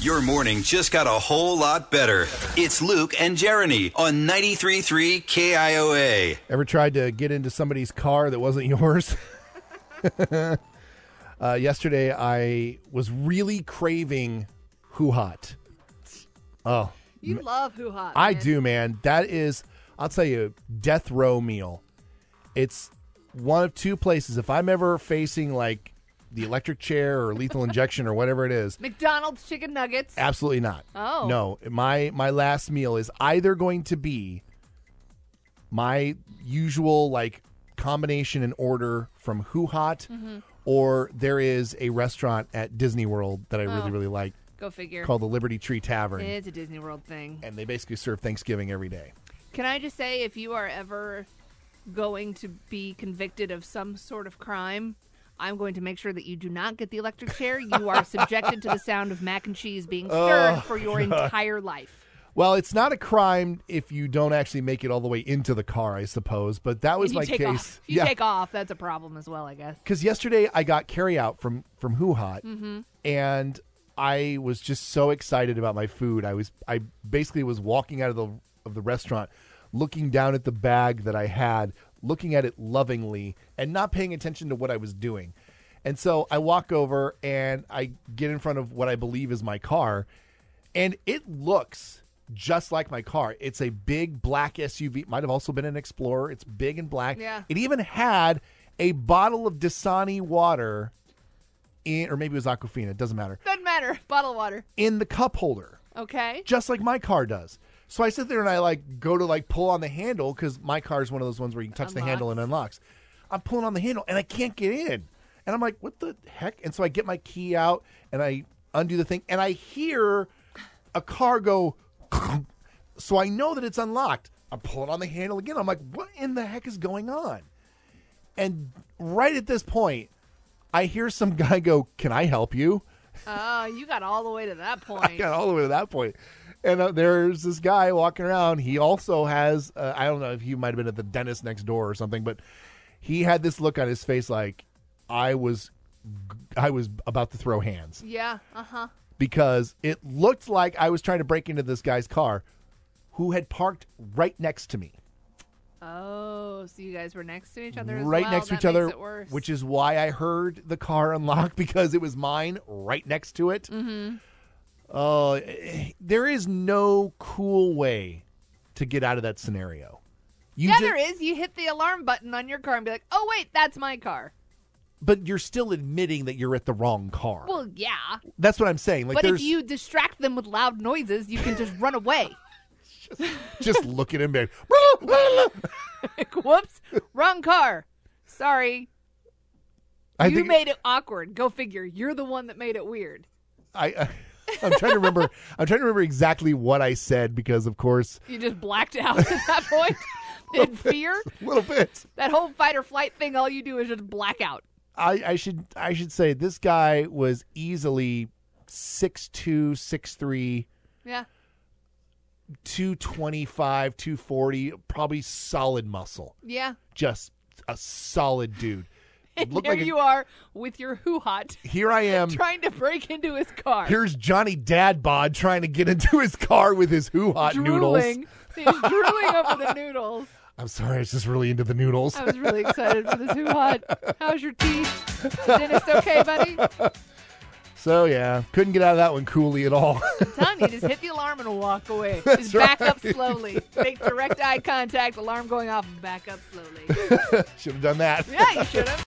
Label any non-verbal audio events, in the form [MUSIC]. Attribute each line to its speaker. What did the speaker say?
Speaker 1: Your morning just got a whole lot better. It's Luke and Jeremy on 93.3 KIOA.
Speaker 2: Ever tried to get into somebody's car that wasn't [LAUGHS] yours? uh, yesterday, I was really craving hoo hot. Oh,
Speaker 3: You love hoo ha.
Speaker 2: I
Speaker 3: man.
Speaker 2: do, man. That is, I'll tell you, death row meal. It's one of two places. If I'm ever facing like the electric chair or lethal injection or whatever it is,
Speaker 3: McDonald's chicken nuggets.
Speaker 2: Absolutely not.
Speaker 3: Oh.
Speaker 2: No, my my last meal is either going to be my usual like combination and order from Who Hot
Speaker 3: Mm-hmm.
Speaker 2: or there is a restaurant at Disney World that I
Speaker 3: Oh.
Speaker 2: really really like
Speaker 3: Go figure.
Speaker 2: called the Liberty Tree Tavern
Speaker 3: It's a Disney World thing.
Speaker 2: and they basically serve Thanksgiving every day.
Speaker 3: Can I just say, if you are ever going to be convicted of some sort of crime, I'm going to make sure that you do not get the electric chair.
Speaker 2: [LAUGHS]
Speaker 3: You are subjected to the sound of mac and cheese being stirred for your entire life.
Speaker 2: Well, Oh, it's not a crime if you don't actually make it all the way into the car, I suppose, but that was
Speaker 3: If you
Speaker 2: my
Speaker 3: take
Speaker 2: case.
Speaker 3: off. If you take off, that's a problem as well, I guess.
Speaker 2: because yesterday I got carry out from from Hoo Hot, and I was just so excited about my food. I was I basically was walking out of the of the restaurant, looking down at the bag that I had, looking at it lovingly, and not paying attention to what I was doing. And so I walk over and I get in front of what I believe is my car, and it looks just like my car. It's a big black SUV. Might have also been an Explorer. It's big and black.
Speaker 3: Yeah.
Speaker 2: It even had a bottle of Dasani water, in, or maybe it was Aquafina. It doesn't matter.
Speaker 3: Doesn't matter. Bottle of water.
Speaker 2: In the cup holder, [LAUGHS]
Speaker 3: Okay.
Speaker 2: just like my car does. So I sit there and I like go to like pull on the handle because my car is one of those ones where you can touch the handle and unlocks. I'm pulling on the handle and I can't get in, and I'm like, what the heck? And so I get my key out and I undo the thing and I hear a car go. [LAUGHS] So I know that it's unlocked. I'm pulling on the handle again. I'm like, what in the heck is going on? And right at this point, I hear some [LAUGHS] guy go, "Can I help you?"
Speaker 3: Oh, you got all the way to that
Speaker 2: I
Speaker 3: point.
Speaker 2: got all the way to that point. And uh, there's this guy walking around. He also has, uh, I don't know if he might have been at the dentist next door or something, but he had this look on his face like I was, I was about to throw hands
Speaker 3: Yeah. Uh huh.
Speaker 2: because it looked like I was trying to break into this guy's car, who had parked right next to me,
Speaker 3: Oh, so you guys were next to each other as
Speaker 2: right
Speaker 3: well.
Speaker 2: next to
Speaker 3: That
Speaker 2: each other,
Speaker 3: makes it worse.
Speaker 2: which is why I heard the car unlock [LAUGHS] because it was mine right next to it.
Speaker 3: Mm-hmm.
Speaker 2: Oh, eh, there is no cool way to get out of that scenario. You
Speaker 3: yeah,
Speaker 2: ju-
Speaker 3: there is. You hit the alarm button on your car and be like, "Oh wait, that's my car."
Speaker 2: but you're still admitting that you're at the wrong car.
Speaker 3: Well, yeah,
Speaker 2: That's what I'm saying. Like,
Speaker 3: but
Speaker 2: there's
Speaker 3: if you distract them with loud noises, you can just run away.
Speaker 2: [LAUGHS] just look at him, babe.
Speaker 3: [LAUGHS] Like, whoops, wrong car. Sorry,
Speaker 2: [LAUGHS] I
Speaker 3: you
Speaker 2: think
Speaker 3: made it awkward. Go figure. You're the one that made it weird.
Speaker 2: I. I I'm trying to remember. I'm trying to remember exactly what I said because, of
Speaker 3: [LAUGHS]
Speaker 2: course,
Speaker 3: You just blacked out at that
Speaker 2: [LAUGHS]
Speaker 3: point in fear.
Speaker 2: a little bit.
Speaker 3: That whole fight or flight thing. All you do is just black out.
Speaker 2: I, I should I should say this guy was easily six two, six three,
Speaker 3: Yeah.
Speaker 2: two twenty five, two forty, probably solid muscle,
Speaker 3: Yeah.
Speaker 2: just a solid dude.
Speaker 3: [LAUGHS]
Speaker 2: Looked
Speaker 3: Here
Speaker 2: like a-
Speaker 3: you are with your hoo hot
Speaker 2: here I am.
Speaker 3: [LAUGHS] trying to break into his car.
Speaker 2: Here's Johnny Dad Bod trying to get into his car with his hoo hot noodles.
Speaker 3: drooling. He's drooling over the noodles.
Speaker 2: I'm sorry, I was just really into the noodles.
Speaker 3: I was really excited for this. Who hot? How's your teeth? The dentist okay, buddy? I'm
Speaker 2: So yeah, couldn't get out of that one coolly at all. [LAUGHS]
Speaker 3: telling you, just hit the alarm and walk away. Just back up slowly. Make direct eye contact, alarm going off, and back up slowly.
Speaker 2: should have done that.
Speaker 3: Yeah, you should have.